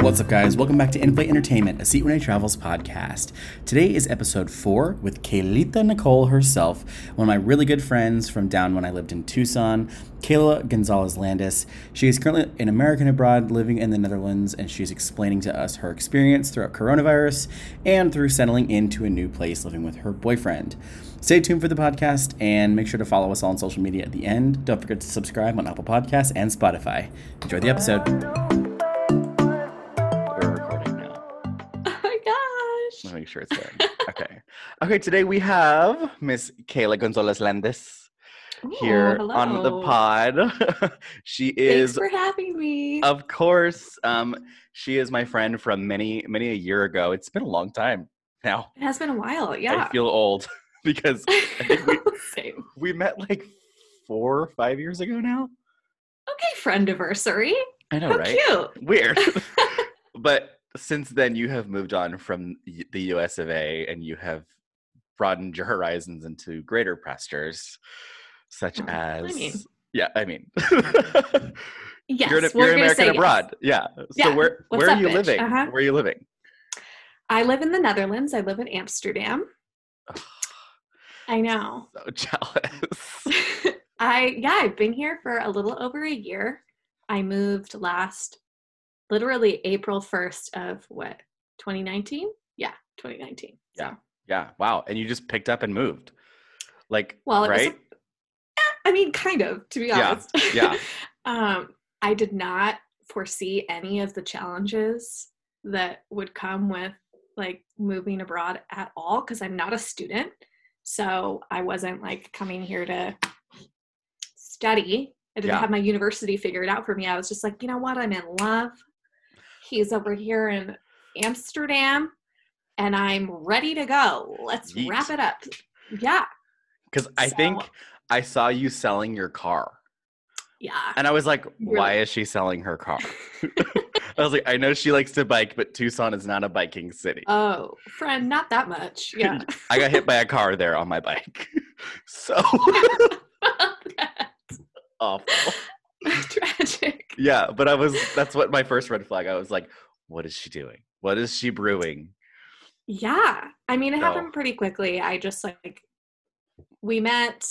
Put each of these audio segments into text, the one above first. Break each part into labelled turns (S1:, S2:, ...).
S1: What's up, guys? Welcome back to Inflate Entertainment, a Seat Renee Travels podcast. Today is episode four with Kaylita Nicole herself, one of my really good friends from down when I lived in Tucson, Kayla Gonzalez Landis. She is currently an American abroad living in the Netherlands, and she's explaining to us her experience throughout coronavirus and through settling into a new place living with her boyfriend. Stay tuned for the podcast and make sure to follow us all on social media at the end. Don't forget to subscribe on Apple Podcasts and Spotify. Enjoy the episode. We're recording now.
S2: Oh my
S1: Let me make sure it's good. okay. Okay, today we have Miss Kayla Gonzalez Landis
S2: gosh.
S1: here
S2: Ooh,
S1: on the
S2: Oh, hello.
S1: pod. she
S2: Thanks
S1: is
S2: for having me.
S1: of course, um, she is my friend from many, many a year ago. It's been a long time now.
S2: it has been a while,
S1: I
S2: yeah.
S1: feel old because think we-
S2: Same.
S1: we met like four or five years ago now.
S2: Okay, friendiversary.
S1: I know,
S2: How
S1: right?
S2: cute.
S1: Weird. but since then, you have moved on from y- the US of A and you have broadened your horizons into greater pastures, such
S2: Well, Hmm, I
S1: as.
S2: mean-
S1: yeah, I mean,
S2: Yes,
S1: you're an, you're
S2: we're
S1: an
S2: gonna
S1: American
S2: say yes.
S1: abroad. Yeah. So
S2: Yeah,
S1: where
S2: what's
S1: where are
S2: up,
S1: you
S2: bitch?
S1: living?
S2: Uh-huh.
S1: Where are you living?
S2: I live in the Netherlands. I live in Amsterdam. I know.
S1: So Oh, jealous.
S2: I yeah, I've been here for a little over a year. I moved last literally April 1st of what? 2019? Yeah, 2019.
S1: Yeah.
S2: So,
S1: yeah. Wow. And you just picked up and moved, like
S2: well, it was a-
S1: right?
S2: Eh, I mean, kind of, to be
S1: Yeah,
S2: honest.
S1: yeah.
S2: um, I did not foresee any of the challenges that would come with like moving abroad at all because I'm not a student. So I wasn't like coming here to study. I didn't
S1: Yeah.
S2: have my university figured out for me. I was just like, you know what? I'm in love. He's over here in Amsterdam and I'm ready to go. Let's
S1: Yeet.
S2: wrap it up. Yeah.
S1: Because I
S2: So-
S1: think I saw you selling your car.
S2: Yeah.
S1: And I was like,
S2: You're
S1: why
S2: like-
S1: is she selling her car? I was like, I know she likes to bike, but Tucson is not a biking city.
S2: Oh, friend, not that much. Yeah.
S1: I got hit by a car there on my bike. so awful.
S2: Tragic.
S1: Yeah, but I was, that's what my first red flag. I was like, what is she doing? What is she brewing?
S2: Yeah. I mean, it
S1: So-
S2: happened pretty quickly. I just like, we met,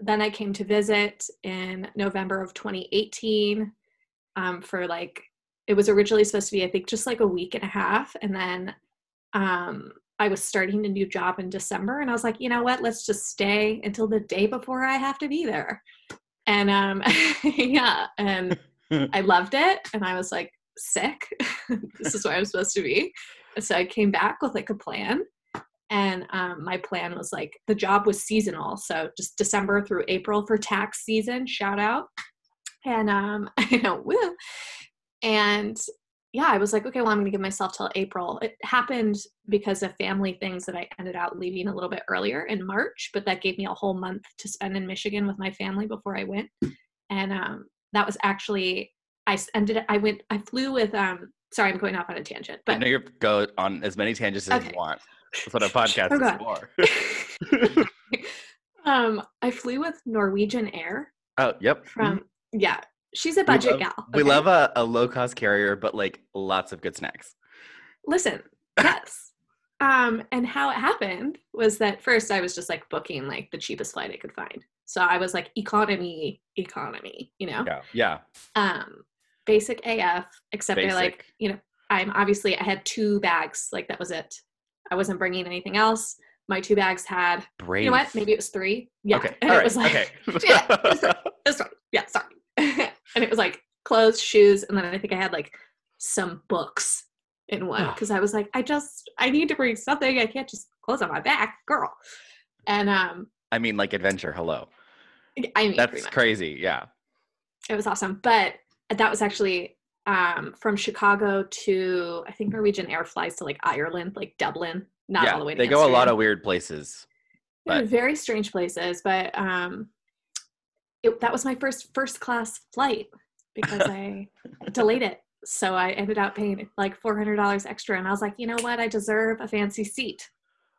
S2: then I came to visit in November of 2018 um, for like, it was originally supposed to be, I think, just like a week and a half. And then um, I was starting a new job in December. And I was like, you know what? Let's just stay until the day before I have to be there. And um, yeah. And I loved it. And I was like, sick. this is where I'm supposed to be. So I came back with like a plan. And um, my plan was like the job was seasonal. So just December through April for tax season, shout out. And um, I know, woo. And yeah, I was like, okay, well, I'm going to give myself till April. It happened because of family things that I ended up leaving a little bit earlier in March, but that gave me a whole month to spend in Michigan with my family before I went. And um, that was actually, I s- ended, I went, I flew with, um, sorry, I'm going off on a tangent,
S1: But
S2: but
S1: know you go on as many tangents as
S2: Okay.
S1: you want. That's what a podcast
S2: Oh,
S1: is
S2: God.
S1: for.
S2: um, I flew with Norwegian Air
S1: oh, yep.
S2: from yeah. She's a budget
S1: love-
S2: gal.
S1: Mm-hmm. We
S2: okay?
S1: love a, a low cost carrier, but like lots of good snacks.
S2: Listen, yes. Um, and how it happened was that first I was just like booking like the cheapest flight I could find. So I was like economy, economy, Oh. you know.
S1: Yeah. Yeah.
S2: Um, basic AF. Except I like
S1: Basic.
S2: you know I'm obviously I had two bags like that was it. I wasn't bringing anything else. My two bags had
S1: Brave.
S2: you know what maybe it was three. Yeah,
S1: Okay.
S2: and
S1: All
S2: it was like
S1: right.
S2: yeah.
S1: okay.
S2: this one. Yeah, sorry. and it was like clothes, shoes, and then I think I had like some books in one because I was like, I just I need to bring something. I can't just clothes on my back, girl. And um,
S1: I mean, like adventure. Hello.
S2: I mean, pretty
S1: That's
S2: much.
S1: crazy. Yeah.
S2: it was awesome. But that was actually um from Chicago to I think Norwegian Air flies to like Ireland, like Dublin, not
S1: yeah.
S2: all the way. To
S1: they go a lot
S2: Amsterdam.
S1: of weird places.
S2: They were
S1: But-
S2: very strange places, but um, it, that was my first first class flight because I delayed it. So I ended up paying like four hundred dollars extra, and I was like, you know what, I deserve a fancy seat.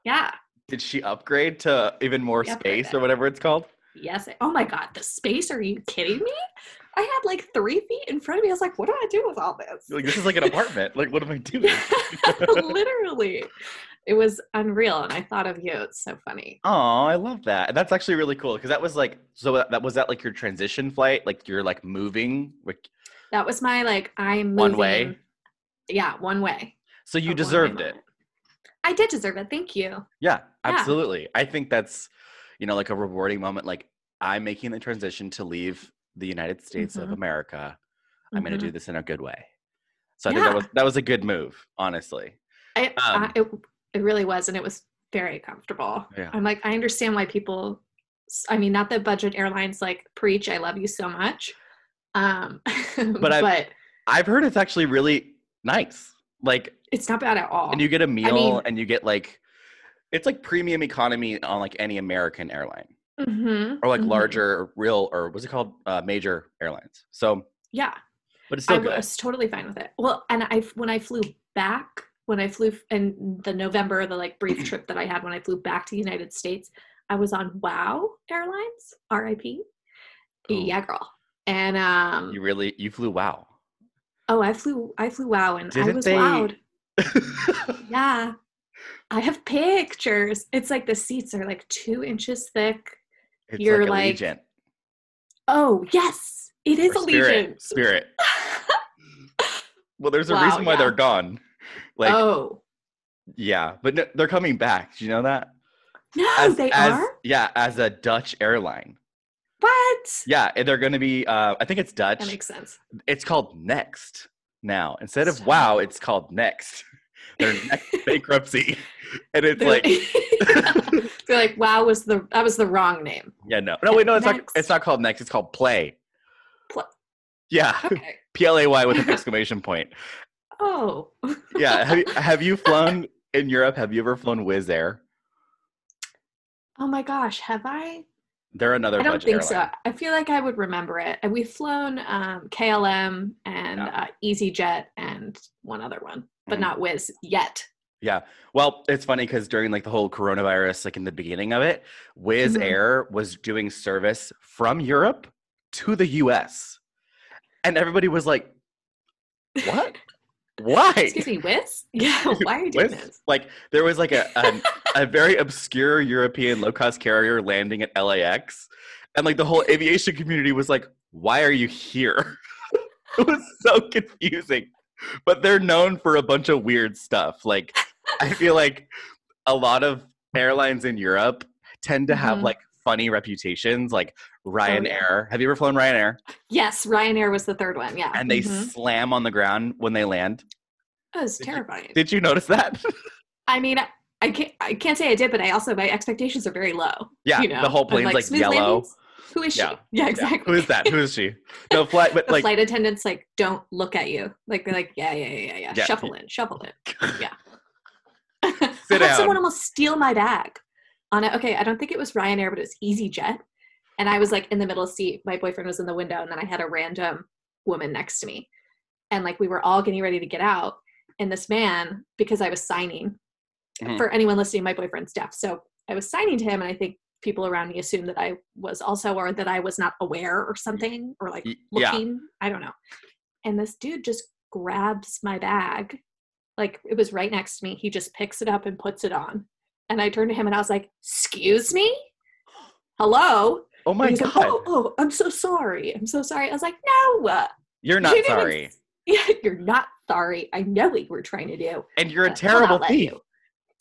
S2: Yeah.
S1: Did she upgrade to even more
S2: She
S1: space
S2: upgraded.
S1: or whatever it's called?
S2: Yes. Oh my God, the space? Are you kidding me? I had like three feet in front of me. I was like, what do I do with all this?
S1: Like this is like an apartment. Like what am I doing?
S2: Literally. It was unreal. And I thought of you. It's so funny.
S1: Oh, I love that. And that's actually really cool because that was like so that, that was that like your transition flight, like you're like moving like
S2: That was my like, I'm
S1: One
S2: moving-
S1: way?
S2: Yeah, one way.
S1: so you
S2: A one-way
S1: deserved it.
S2: moment. I did deserve it. Thank you.
S1: Yeah,
S2: Yeah.
S1: absolutely. I think that's you know like a rewarding moment like I'm making the transition to leave the United States of
S2: Mhm.
S1: America. I'm going to
S2: Mhm.
S1: do this in a good way. So I think that
S2: Yeah.
S1: was that was a good move, honestly.
S2: I, I,
S1: um,
S2: it, it really was. And it was very comfortable.
S1: Yeah.
S2: I'm like, I understand why people, s- I mean, not that budget airlines like preach, I love you so much. Um, but,
S1: I- I've heard it's actually really nice. Like
S2: it's not bad at all.
S1: and you get a meal
S2: mean-
S1: and you get like it's like premium economy on like any American airline
S2: Mhm,
S1: or like
S2: mhm.
S1: larger real or what's it called uh, major airlines. So
S2: Yeah.
S1: but it's
S2: I
S1: still good.
S2: was totally fine with it. Well, and I when I flew back, when I flew f- in the November, the like brief trip that I had when I flew back to the United States, I was on WOW Airlines, RIP.
S1: Ooh,
S2: Yeah, girl. And um
S1: You really you flew wow.
S2: oh, I flew I flew WOW and I
S1: Didn't
S2: was
S1: they-
S2: wowed. Yeah. I have pictures. It's like the seats are like 2 inches thick.
S1: it's
S2: You're
S1: like
S2: like-
S1: Allegiant.
S2: Oh, yes. It is
S1: or Spirit.
S2: Allegiant.
S1: Spirit. Well, there's a
S2: Wow,
S1: reason why
S2: yeah.
S1: they're gone. Like
S2: oh.
S1: yeah, but no, they're coming back. Do you know that?
S2: No,
S1: As-
S2: they
S1: as-
S2: are?
S1: Yeah, as a Dutch airline.
S2: What?
S1: Yeah, and they're going to be. Uh, I think it's Dutch.
S2: That makes sense.
S1: it's called Next now. Instead of
S2: Stop.
S1: Wow, it's called Next. They're next bankruptcy, and it's
S2: They're
S1: like,
S2: like, they're like, wow, was the that was the wrong name.
S1: yeah, no, no, wait, no, it's
S2: Next.
S1: not. It's not called Next. It's called Play.
S2: Pl-
S1: Yeah,
S2: Okay.
S1: P L A Y with an exclamation point.
S2: Oh,
S1: Yeah, have you, have you flown in Europe? Have you ever flown Wizz Air?
S2: oh my gosh, have I?
S1: They're another
S2: I don't
S1: budget
S2: think so.
S1: airline.
S2: I feel like I would remember it. And we've flown um, KLM and
S1: Yeah.
S2: uh, EasyJet and one other one, but
S1: Mhm.
S2: not Wizz yet.
S1: Yeah. Well, it's funny because during like the whole coronavirus, like in the beginning of it, Wizz
S2: Mhm.
S1: Air was doing service from Europe to the US. And everybody was like, what? Why?
S2: Excuse me, Wizz? Yeah, why are you doing
S1: Wizz?
S2: this?
S1: Like there was like a an, a very obscure European low cost carrier landing at LAX, and like the whole aviation community was like, "Why are you here?" it was so confusing. But they're known for a bunch of weird stuff. Like I feel like a lot of airlines in Europe tend to have
S2: Mhm.
S1: like funny reputations, like
S2: Oh, yeah.
S1: Ryanair. Have you ever flown Ryanair?
S2: Yes, Ryanair was the third one. Yeah.
S1: And they
S2: Mhm.
S1: slam on the ground when they land.
S2: That was
S1: did you-
S2: terrifying.
S1: Did you notice that?
S2: I mean, I can't, I can't say I did, but I also, my expectations are very low.
S1: yeah,
S2: you know?
S1: the whole
S2: I'm
S1: plane's like,
S2: smooth
S1: yellow.
S2: landings? Who is she?
S1: Yeah.
S2: Yeah,
S1: Yeah,
S2: exactly.
S1: Who is that? Who is she? No flight, but
S2: the
S1: like
S2: flight attendants like don't look at you. Like they're like, yeah, yeah, yeah, yeah, yeah.
S1: Yeah.
S2: Shuffle in, shuffle in. Yeah.
S1: Sit
S2: I had someone
S1: down.
S2: almost steal my bag. On a, okay, I don't think it was Ryanair, but it was EasyJet. And I was like in the middle seat. My boyfriend was in the window, and then I had a random woman next to me. And like we were all getting ready to get out. And this man, because I was signing,
S1: Mhm.
S2: for anyone listening, my boyfriend's deaf. So I was signing to him, and I think people around me assumed that I was also, or that I was not aware or something, or like
S1: y- yeah,
S2: looking. I don't know. And this dude just grabs my bag. Like it was right next to me. He just picks it up and puts it on. And I turned to him and I was like, Excuse me? Hello?
S1: oh my
S2: and he's
S1: god,
S2: like, oh, oh, I'm so sorry. I'm so sorry. I was like, No. uh,
S1: you're
S2: you
S1: not
S2: didn't
S1: sorry,
S2: s- Yeah, you're not sorry. I know what you were trying to do.
S1: and you're a
S2: but I'll
S1: terrible
S2: not let
S1: thief.
S2: you.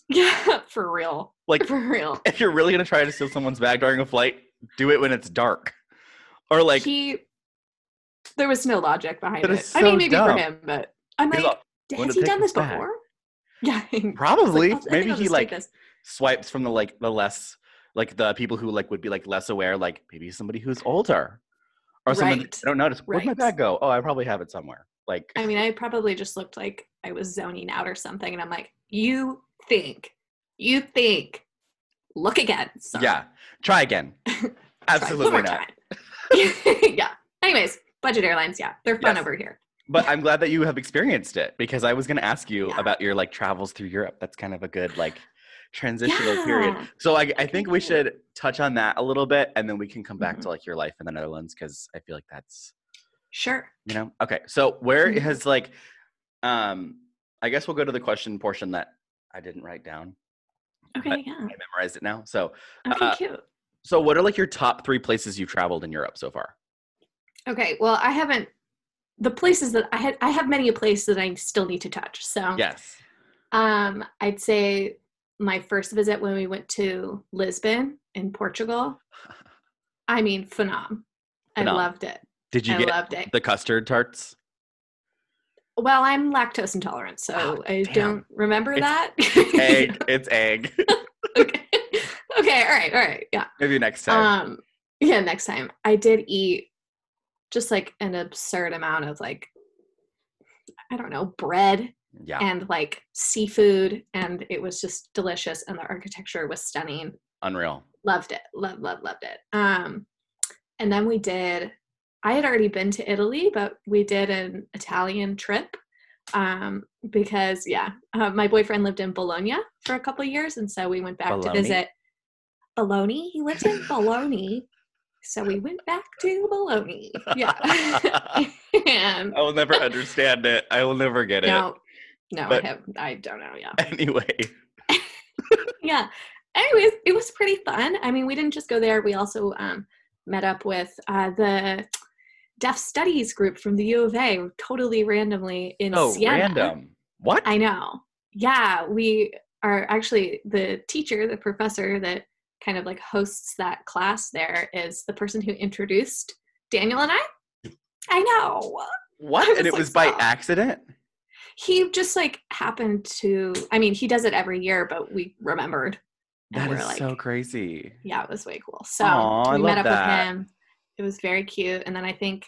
S2: Yeah, for real.
S1: Like,
S2: for real.
S1: if you're really gonna try to steal someone's bag during a flight, do it when it's dark, or like
S2: he there was no logic behind
S1: That
S2: it.
S1: is
S2: I mean
S1: so
S2: maybe
S1: dumb.
S2: for him, but I'm
S1: he's
S2: like,
S1: all- "Wanna
S2: has he
S1: take
S2: done
S1: this
S2: this
S1: back?"
S2: before? Yeah. I was like,
S1: probably
S2: "I'll- I think
S1: maybe
S2: I'll
S1: he
S2: just
S1: like
S2: take this."
S1: swipes from the like the less like the people who like would be like less aware, like maybe somebody who's older or someone that
S2: Right.
S1: I don't notice. Where'd my
S2: Right.
S1: bag go? Oh, I probably have it somewhere. Like
S2: I mean, I probably just looked like I was zoning out or something, and I'm like, you think, you think, look again. sir."
S1: yeah, try again.
S2: Try
S1: Absolutely
S2: one more
S1: not.
S2: time. yeah. Anyways, budget airlines, yeah, they're fun
S1: Yes.
S2: over here.
S1: But I'm glad that you have experienced it because I was going to ask you
S2: Yeah.
S1: about your like travels through Europe. That's kind of a good like transitional
S2: yeah.
S1: period. So I, I think we
S2: Good. Mm-hmm.
S1: should touch on that a little bit and then we can come back to like your life in the Netherlands because I feel like that's
S2: Sure.
S1: You know? Okay. So where
S2: Mhm.
S1: has like um I guess we'll go to the question portion that I didn't write down.
S2: Okay. Yeah.
S1: I memorized it now. So
S2: Okay.
S1: uh,
S2: cute.
S1: so what are like your top three places you've traveled in Europe so far?
S2: Okay. Well, I haven't. The places that I had, I have many places that I still need to touch. So,
S1: Yes.
S2: um, I'd say my first visit when we went to Lisbon in Portugal. I mean, phenom. I
S1: Phenom.
S2: loved it.
S1: Did you
S2: I
S1: get
S2: loved it.
S1: the custard tarts?
S2: Well, I'm lactose intolerant, so
S1: Oh,
S2: I
S1: damn.
S2: don't remember
S1: It's
S2: that.
S1: Egg. it's egg.
S2: okay. okay. All right. All right. Yeah.
S1: Maybe next time.
S2: Um, yeah, next time. I did eat just like an absurd amount of like I don't know, bread
S1: yeah.
S2: Um, and like seafood and it was just delicious and the architecture was stunning.
S1: unreal.
S2: Loved it. Love, love, loved it. Um and then we did I had already been to Italy, but we did an Italian trip um because yeah, uh, my boyfriend lived in Bologna for a couple years and so we went back
S1: Bologna?
S2: to visit Bologna. He lived in Bologna. So we went back to Bologna. Yeah. and
S1: I will never understand it. I will never get
S2: no, no,
S1: But-
S2: I have I don't know, yeah.
S1: it. Anyway.
S2: yeah. Anyways, it was pretty fun. I mean, we didn't just go there. We also um, met up with uh, the Deaf Studies group from the U of A, totally randomly in
S1: Oh,
S2: Siena.
S1: random. What?
S2: I know. Yeah, we are actually the teacher, the professor that kind of like hosts that class. There is the person who introduced Daniel and I. I know.
S1: what?
S2: I was
S1: and it
S2: like,
S1: was by
S2: stop.
S1: accident?
S2: He just like happened to. I mean, he does it every year, but we remembered. And
S1: That
S2: we're
S1: is
S2: like-
S1: so crazy.
S2: yeah, it was way cool. So
S1: Aw, I
S2: we met
S1: love
S2: up
S1: that.
S2: with him. It was very cute. And then I think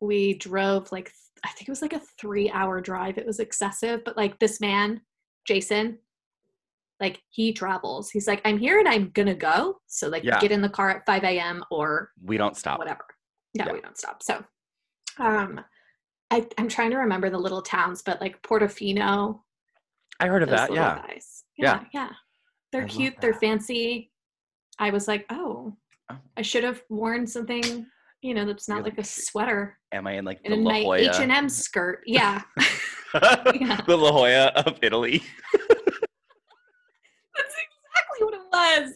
S2: we drove like th- I think it was like a three hour drive. It was excessive, but like this man, Jason, like he travels. He's like, I'm here and I'm gonna go. So like
S1: Yeah.
S2: get in the car at five AM or
S1: We don't stop.
S2: whatever. No,
S1: Yeah.
S2: we don't stop. So um I, I'm trying to remember the little towns, but like Portofino.
S1: I heard of
S2: those
S1: that.
S2: little
S1: Yeah.
S2: guys.
S1: Yeah.
S2: Yeah, yeah. They're
S1: I love
S2: cute, they're
S1: that.
S2: fancy. I was like, oh,
S1: Oh.
S2: I should have worn something, you know, that's not
S1: Really
S2: like a
S1: cute.
S2: sweater
S1: Am I in like
S2: and
S1: the
S2: a
S1: La Jolla?
S2: nice H and M skirt. Yeah, Yeah.
S1: the La Jolla of Italy.
S2: that's exactly what it was.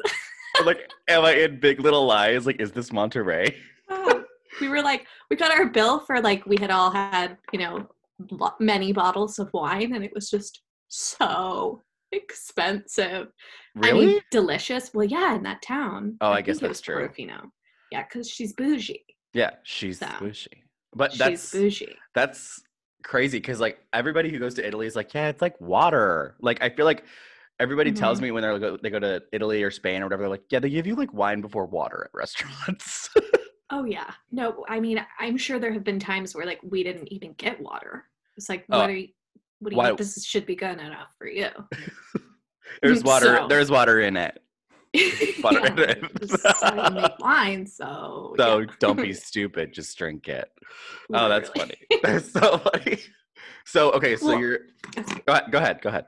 S1: I'm like, am I in Big Little Lies? Like, is this Monterey?
S2: Oh, we were like, we got our bill for like we had all had you know lo- many bottles of wine, and it was just so expensive.
S1: Really?
S2: I mean, delicious. Well, yeah, in that town.
S1: Oh, I guess
S2: think it
S1: that's
S2: was
S1: true.
S2: Portofino. Yeah, because she's bougie.
S1: yeah, she's
S2: So.
S1: squishy. But
S2: she's
S1: that's
S2: bougie.
S1: that's crazy because like everybody who goes to Italy is like, yeah, it's like water. Like I feel like everybody tells
S2: Mhm.
S1: me when they go they go to Italy or Spain or whatever, they're like, yeah, they give you like wine before water at restaurants.
S2: Oh yeah. No, I mean, I'm sure there have been times where like we didn't even get water. It's like,
S1: Oh,
S2: what are you? What do you?
S1: why-
S2: This is- should be good enough for you.
S1: there's water.
S2: So.
S1: There's water in it. Butter
S2: Yeah,
S1: it in.
S2: just so you make wine, so
S1: So
S2: yeah,
S1: don't be stupid. Just drink it. Oh, that's funny.
S2: literally.
S1: That's so funny. So okay, so
S2: Well-
S1: you're go ahead. Go ahead. Go ahead.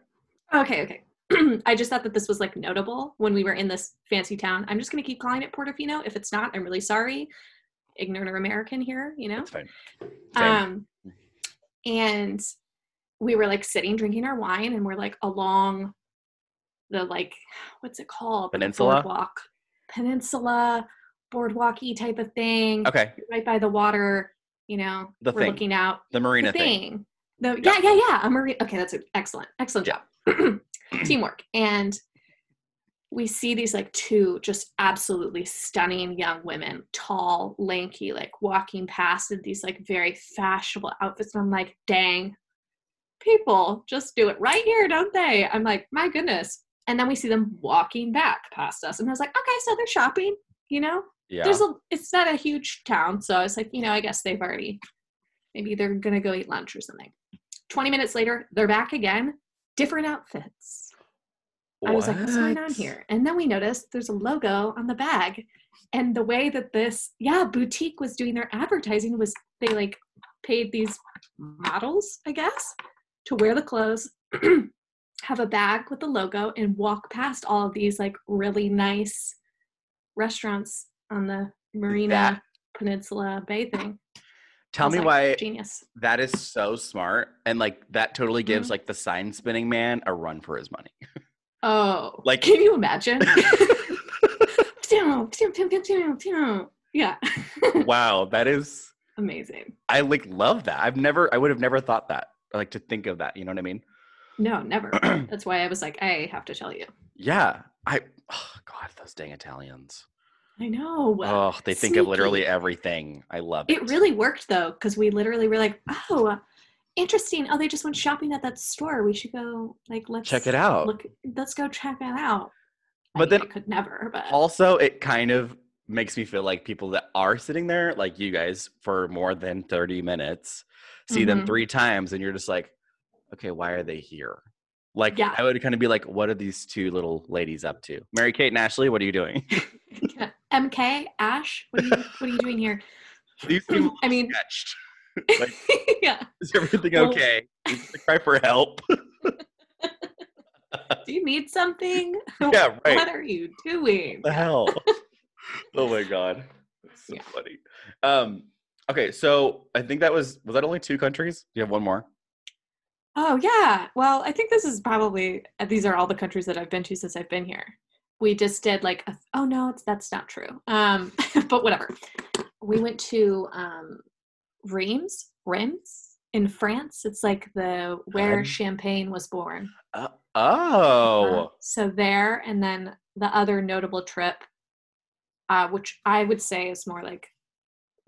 S2: Okay, okay. I just thought that this was like notable when we were in this fancy town. I'm just gonna keep calling it Portofino. If it's not, I'm really sorry. Ignorant American here, you know.
S1: That's fine. Same.
S2: Um, and we were like sitting drinking our wine, and we're like along the like what's it called? The
S1: Peninsula?
S2: boardwalk, peninsula, boardwalky type of thing.
S1: okay,
S2: Right by the water, you know.
S1: The
S2: we're
S1: thing.
S2: looking out
S1: the marina
S2: the
S1: thing.
S2: thing. The,
S1: Yeah.
S2: yeah, yeah, yeah. I'm a re- okay. That's a, excellent, excellent
S1: Yeah.
S2: job. Teamwork. And we see these like two just absolutely stunning young women, tall, lanky, like walking past in these like very fashionable outfits. And I'm like, dang, people just do it right here, don't they? I'm like, my goodness. And then we see them walking back past us, and I was like, okay, so they're shopping. You know,
S1: Yeah.
S2: there's a it's not a huge town so i was like you know i guess they've already maybe they're gonna go eat lunch or something 20 minutes later they're back again different outfits i was like what's going on
S1: What?
S2: here and then we noticed there's a logo on the bag and the way that this yeah boutique was doing their advertising was they like paid these models i guess to wear the clothes have a bag with the logo and walk past all of these like really nice restaurants on the marina
S1: That-
S2: peninsula bay thing
S1: Tell
S2: That's
S1: me
S2: actually
S1: why
S2: Genius.
S1: that is so smart and like that totally gives
S2: Mm-hmm.
S1: like the sign spinning man a run for his money.
S2: Oh,
S1: Like-
S2: can you imagine? Pew, pew, pew, pew, pew, pew. yeah,
S1: wow, that is
S2: amazing.
S1: I like love that. I've never I would have never thought that. I like to think of that, you know what I mean?
S2: No, never. That's why I was like, I have to tell you.
S1: Yeah. I oh god, those dang Italians.
S2: I know.
S1: oh, they think of literally everything. I love it.
S2: It really worked though, because we literally were like, oh, interesting. Oh, they just went shopping at that store. We should go, like, let's
S1: check it out.
S2: Look, let's go check that out. I
S1: But
S2: mean,
S1: then
S2: I could never. But
S1: also it kind of makes me feel like people that are sitting there like you guys for more than 30 minutes see them
S2: Mhm.
S1: three times and you're just like okay why are they here like
S2: Yeah.
S1: i would kind of be like what are these two little ladies up to mary kate and ashley what are you doing
S2: Mm-hmm. MK Ash, what are you, what are you doing here?
S1: these people
S2: I mean,
S1: sketched
S2: yeah.
S1: is everything
S2: Well-
S1: okay Is it a cry for help
S2: Do you need something?
S1: yeah right
S2: What are you doing?
S1: the hell? oh my god, That's so
S2: Yeah.
S1: funny. Um, okay, so I think that was was that only two countries? Do you have one more?
S2: Oh yeah. Well, I think this is probably uh, these are all the countries that I've been to since I've been here. We just did like a, oh no, it's, that's not true. Um, but whatever. We went to um, Reims, Reims in France. It's like the where
S1: Um,
S2: champagne was born.
S1: Uh,
S2: Uh,
S1: oh,
S2: so there, and then the other notable trip, uh, which I would say is more like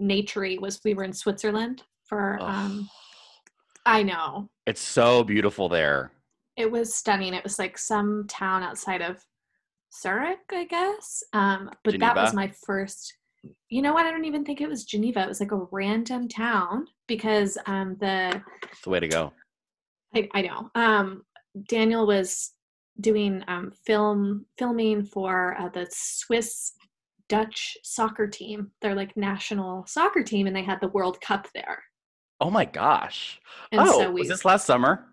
S2: naturey, was we were in Switzerland for.
S1: Ugh.
S2: Um, I know
S1: it's so beautiful there.
S2: it was stunning. It was like some town outside of Zurich, I guess. Um, but that was
S1: Geneva?
S2: my first. You know what? I don't even think it was Geneva. It was like a random town because um, the
S1: It's the way to go.
S2: I, I know um, Daniel was doing um, film filming for uh, the Swiss Dutch soccer team. They're like national soccer team, and they had the World Cup there.
S1: Oh my gosh.
S2: And
S1: oh,
S2: so we
S1: was this last summer?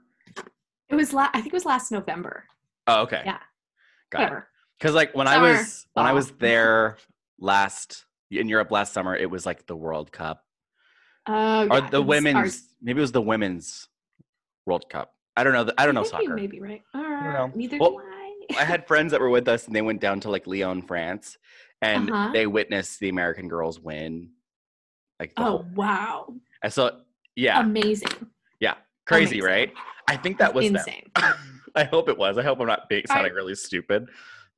S2: it was la- I think it was last November.
S1: Oh, okay.
S2: Yeah.
S1: Got it.
S2: Whatever.
S1: Because like when I
S2: Summer.
S1: was when I
S2: Fall.
S1: was there last in Europe last summer, it was like the World Cup
S2: Oh,
S1: or
S2: yeah,
S1: the
S2: it was our-
S1: women's. maybe it was the women's World Cup. I don't know. the- I don't know
S2: think You
S1: soccer.
S2: may be right. All right.
S1: know.
S2: Neither
S1: Well,
S2: do I.
S1: I had friends that were with us and they went down to like Lyon, France, and
S2: Uh-huh.
S1: they witnessed the American girls win. Like the
S2: Oh
S1: whole,
S2: wow!
S1: I saw yeah,
S2: Amazing.
S1: crazy,
S2: amazing.
S1: right? I think that was them.
S2: insane.
S1: I hope it was. I hope I'm not being
S2: I-
S1: sounding really stupid.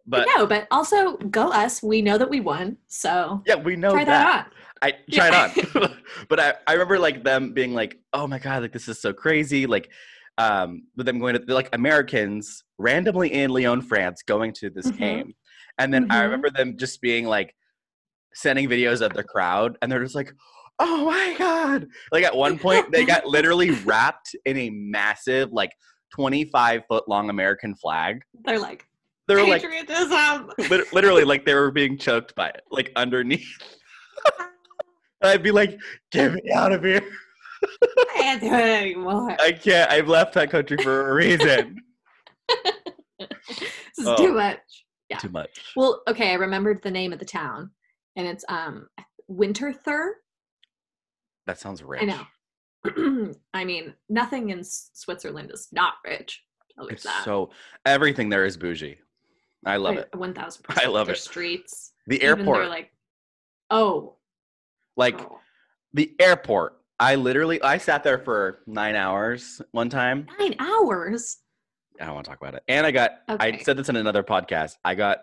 S2: But
S1: But
S2: no, but also go us. We know that we won, so
S1: yeah, we know
S2: try
S1: that.
S2: that,
S1: I
S2: Yeah.
S1: try it on. but I, I remember like them being like, oh my God, like this is so crazy. Like um with them going to they're, like Americans randomly in Lyon, France, going to this
S2: Mhm.
S1: game. And then I
S2: Mhm.
S1: remember them just being like sending videos of the crowd and they're just like, oh my God. Like at one point they got literally wrapped in a massive, like 25 foot long American flag.
S2: on. They're like
S1: They're like
S2: patriotism.
S1: lit- literally like they were being choked by it, like underneath. And I'd be like, get me out of here.
S2: I can't do it anymore.
S1: I can't. I've left that country for a reason.
S2: This is
S1: oh.
S2: too much. Yeah.
S1: Too much.
S2: Well, okay, I remembered the name of the town, and it's um Winterthur.
S1: That sounds rich.
S2: I know. I mean, nothing in S- Switzerland is not rich. I'll leave
S1: It's
S2: that.
S1: so everything there is bougie. I love it.
S2: One thousand.
S1: I love
S2: Their
S1: it.
S2: streets.
S1: The
S2: Even
S1: airport,
S2: they're like, oh,
S1: like
S2: oh.
S1: the airport. I literally, I sat there for nine hours one time.
S2: nine hours.
S1: I don't want to talk about it. And I got, I
S2: Okay.
S1: said this in another podcast. I got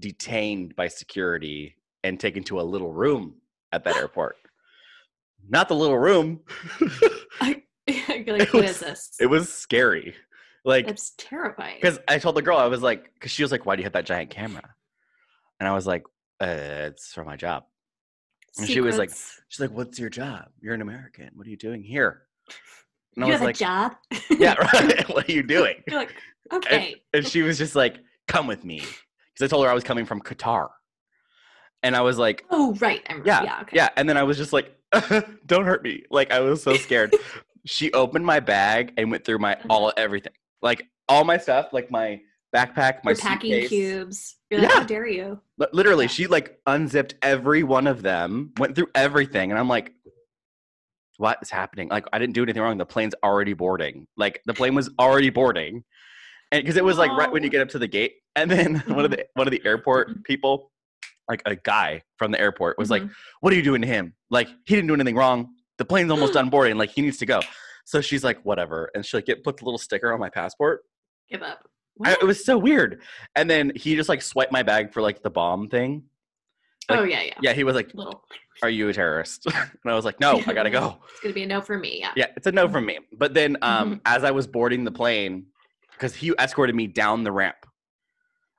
S1: detained by security and taken to a little room at that airport. Not the little room.
S2: I, you're like,
S1: It
S2: what
S1: was-
S2: is this?
S1: it was scary. Like
S2: That's terrifying.
S1: because I told the girl I was like, because she was like, "Why do you have that giant camera?" And I was like, uh, "It's for my job." and she was like,
S2: Secrets.
S1: She's like, "What's your job? You're an American. What are you doing here?" And I
S2: you
S1: was
S2: have
S1: like,
S2: a job.
S1: "Yeah, right. what are you doing?"
S2: You're like, okay,
S1: And she was just like, "Come with me," because I told her I was coming from Qatar, and I was like,
S2: oh right, I'm
S1: Yeah,
S2: yeah, okay.
S1: "Yeah," and then I was just like, "Don't hurt me!" Like I was so scared. she opened my bag and went through my
S2: Mm-hmm.
S1: all everything, like all my stuff, like my backpack, my
S2: Your packing
S1: suitcase.
S2: cubes. You're like,
S1: Yeah.
S2: how dare you?
S1: Li- literally
S2: Yeah.
S1: she like unzipped every one of them went through everything and i'm like what is happening? Like, I didn't do anything wrong. The plane's already boarding. Like, the plane was already boarding, and because it was like right when you get up to the gate, and then one of the one of the airport people, like a guy from the airport, was
S2: Mm-hmm.
S1: like, "What are you doing to him? Like, he didn't do anything wrong. The plane's almost done boarding. Like, he needs to go." So she's like, "Whatever," and she like get put the little sticker on my passport.
S2: give up.
S1: I,
S2: What?
S1: it was so weird. And then he just like swiped my bag for like the bomb thing. like-
S2: oh yeah, yeah,
S1: Yeah, he was like,
S2: Little.
S1: "Are you a terrorist?" and I was like, "No, I gotta go."
S2: It's gonna be a no for me. Yeah.
S1: Yeah, it's a no from me. But then,
S2: Mm-hmm.
S1: um, as I was boarding the plane, because he escorted me down the ramp,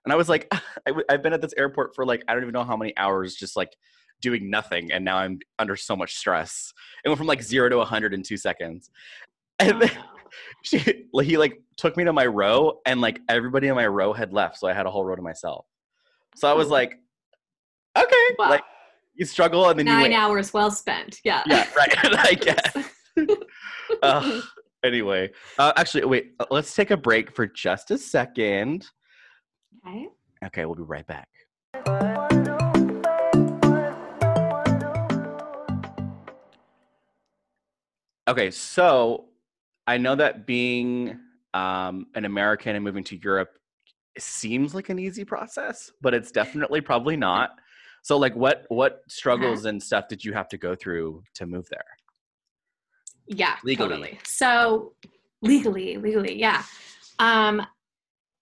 S1: and I was like, I w- "I've been at this airport for like I don't even know how many hours, just like doing nothing, and now I'm under so much stress." It went from like zero to hundred in two seconds, and then
S2: Oh, no.
S1: she, like, he like took me to my row, and like everybody in my row had left, so I had a whole row to myself. So I was
S2: Ooh.
S1: like, "Okay,"
S2: Wow.
S1: like you struggle, and then you
S2: Nine
S1: wait.
S2: hours well spent. Yeah.
S1: Yeah, right. I guess. Ugh. anyway, uh, actually, wait. uh, Let's take a break for just a second.
S2: okay.
S1: Okay, we'll be right back. Okay, so I know that being um, an American and moving to Europe seems like an easy process, but it's definitely probably not. So, like, what what
S2: Uh-huh.
S1: struggles and stuff did you have to go through to move there?
S2: Yeah,
S1: Legally.
S2: Totally. So legally, legally, yeah. Um,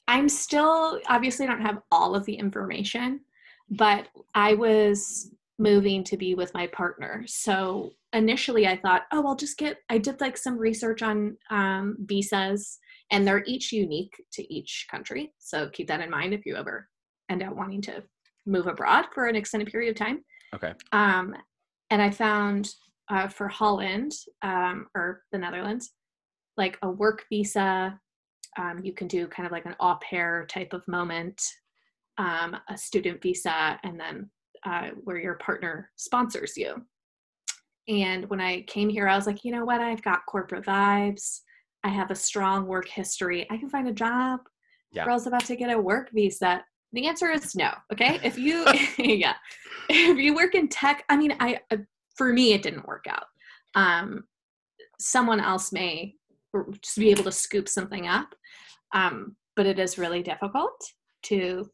S2: I'm still obviously don't have all of the information, but I was moving to be with my partner. So initially I thought, oh, I'll just get I did like some research on um, visas and they're each unique to each country. So keep that in mind if you ever end up wanting to move abroad for an extended period of time.
S1: Okay.
S2: Um, and I found uh, for Holland um, or the Netherlands, like a work visa. Um, you can do kind of like an au pair type of moment, um, a student visa, and then uh, where your partner sponsors you. And when I came here, I was like, you know what? I've got corporate vibes. I have a strong work history. I can find a job.
S1: Yeah.
S2: Girl's about to get a work visa. The answer is no. Okay. If you, yeah, if you work in tech, I mean, I, uh, for me, it didn't work out. Um, someone else may r- just be able to scoop something up. Um, but it is really difficult to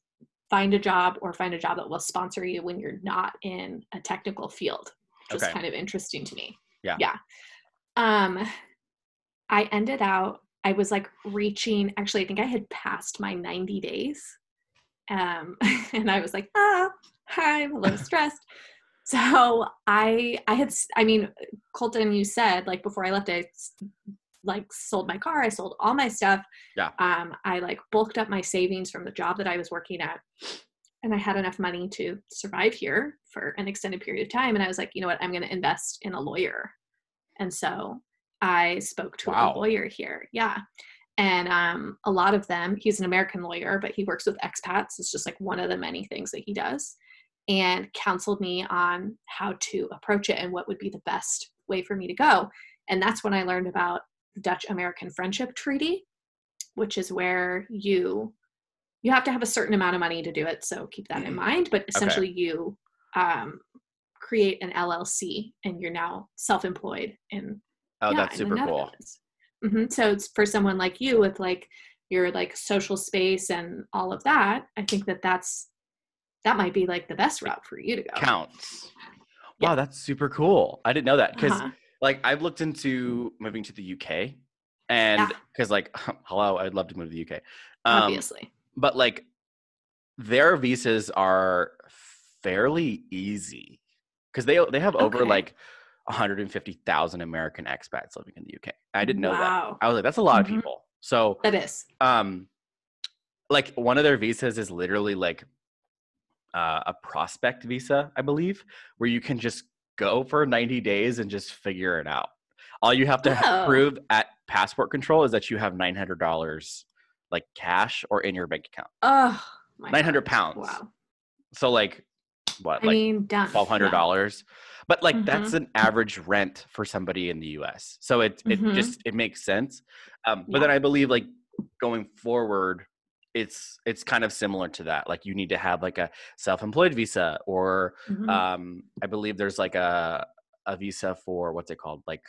S2: find a job or find a job that will sponsor you when you're not in a technical field, which
S1: Okay.
S2: is kind of interesting to me.
S1: Yeah.
S2: Yeah. Um, I ended out, I was like reaching, actually, I think I had passed my 90 days. Um, and I was like, ah, I'm a little stressed. So I, I had, s- I mean, Colton, you said like before I left, I s- like sold my car, I sold all my stuff.
S1: Yeah.
S2: Um, I like bulked up my savings from the job that I was working at, and I had enough money to survive here for an extended period of time. And I was like, you know what, I'm going to invest in a lawyer, and so I spoke to
S1: Wow.
S2: a lawyer here. Yeah. And um, a lot of them, he's an American lawyer, but he works with expats. It's just like one of the many things that he does and counseled me on how to approach it and what would be the best way for me to go. And that's when I learned about the Dutch American Friendship Treaty, which is where you you have to have a certain amount of money to do it. So keep that in
S1: Mm-hmm.
S2: mind. But essentially, you um, create an LLC and you're now self-employed and
S1: Oh,
S2: yeah,
S1: that's
S2: in the
S1: super cool.
S2: Netherlands. Mhm. So it's for someone like you with like your like social space and all of that. I think that that's that might be like the best route for you to go.
S1: Counts.
S2: Yeah.
S1: Wow, that's super cool. I didn't know that because
S2: Uh-huh.
S1: like I've looked into moving to the UK, and
S2: Yeah.
S1: because like hello, I'd love to move to the UK. Um,
S2: obviously,
S1: but like their visas are fairly easy because they they have over
S2: Okay.
S1: like 150,000 American expats living in the UK. I didn't know that.
S2: wow.
S1: I was like, that's a lot
S2: Mhm.
S1: of people. So
S2: That is
S1: um like one of their visas is literally like uh, a prospect visa i believe where you can just go for 90 days and just figure it out all you have to h-
S2: Oh.
S1: prove at passport control is that you have $900 like cash or in your bank account
S2: oh my God.
S1: 900 pounds
S2: Wow.
S1: so like what
S2: I
S1: like
S2: mean, done.
S1: $1200 but like that's
S2: Mhm.
S1: an average rent for somebody in the us so it it
S2: Mhm.
S1: just it makes sense um, but then i believe like going forward it's it's kind of similar to that like you need to have like a self-employed visa or
S2: Yeah. Mhm.
S1: um, i believe there's like a a visa for what's it called, like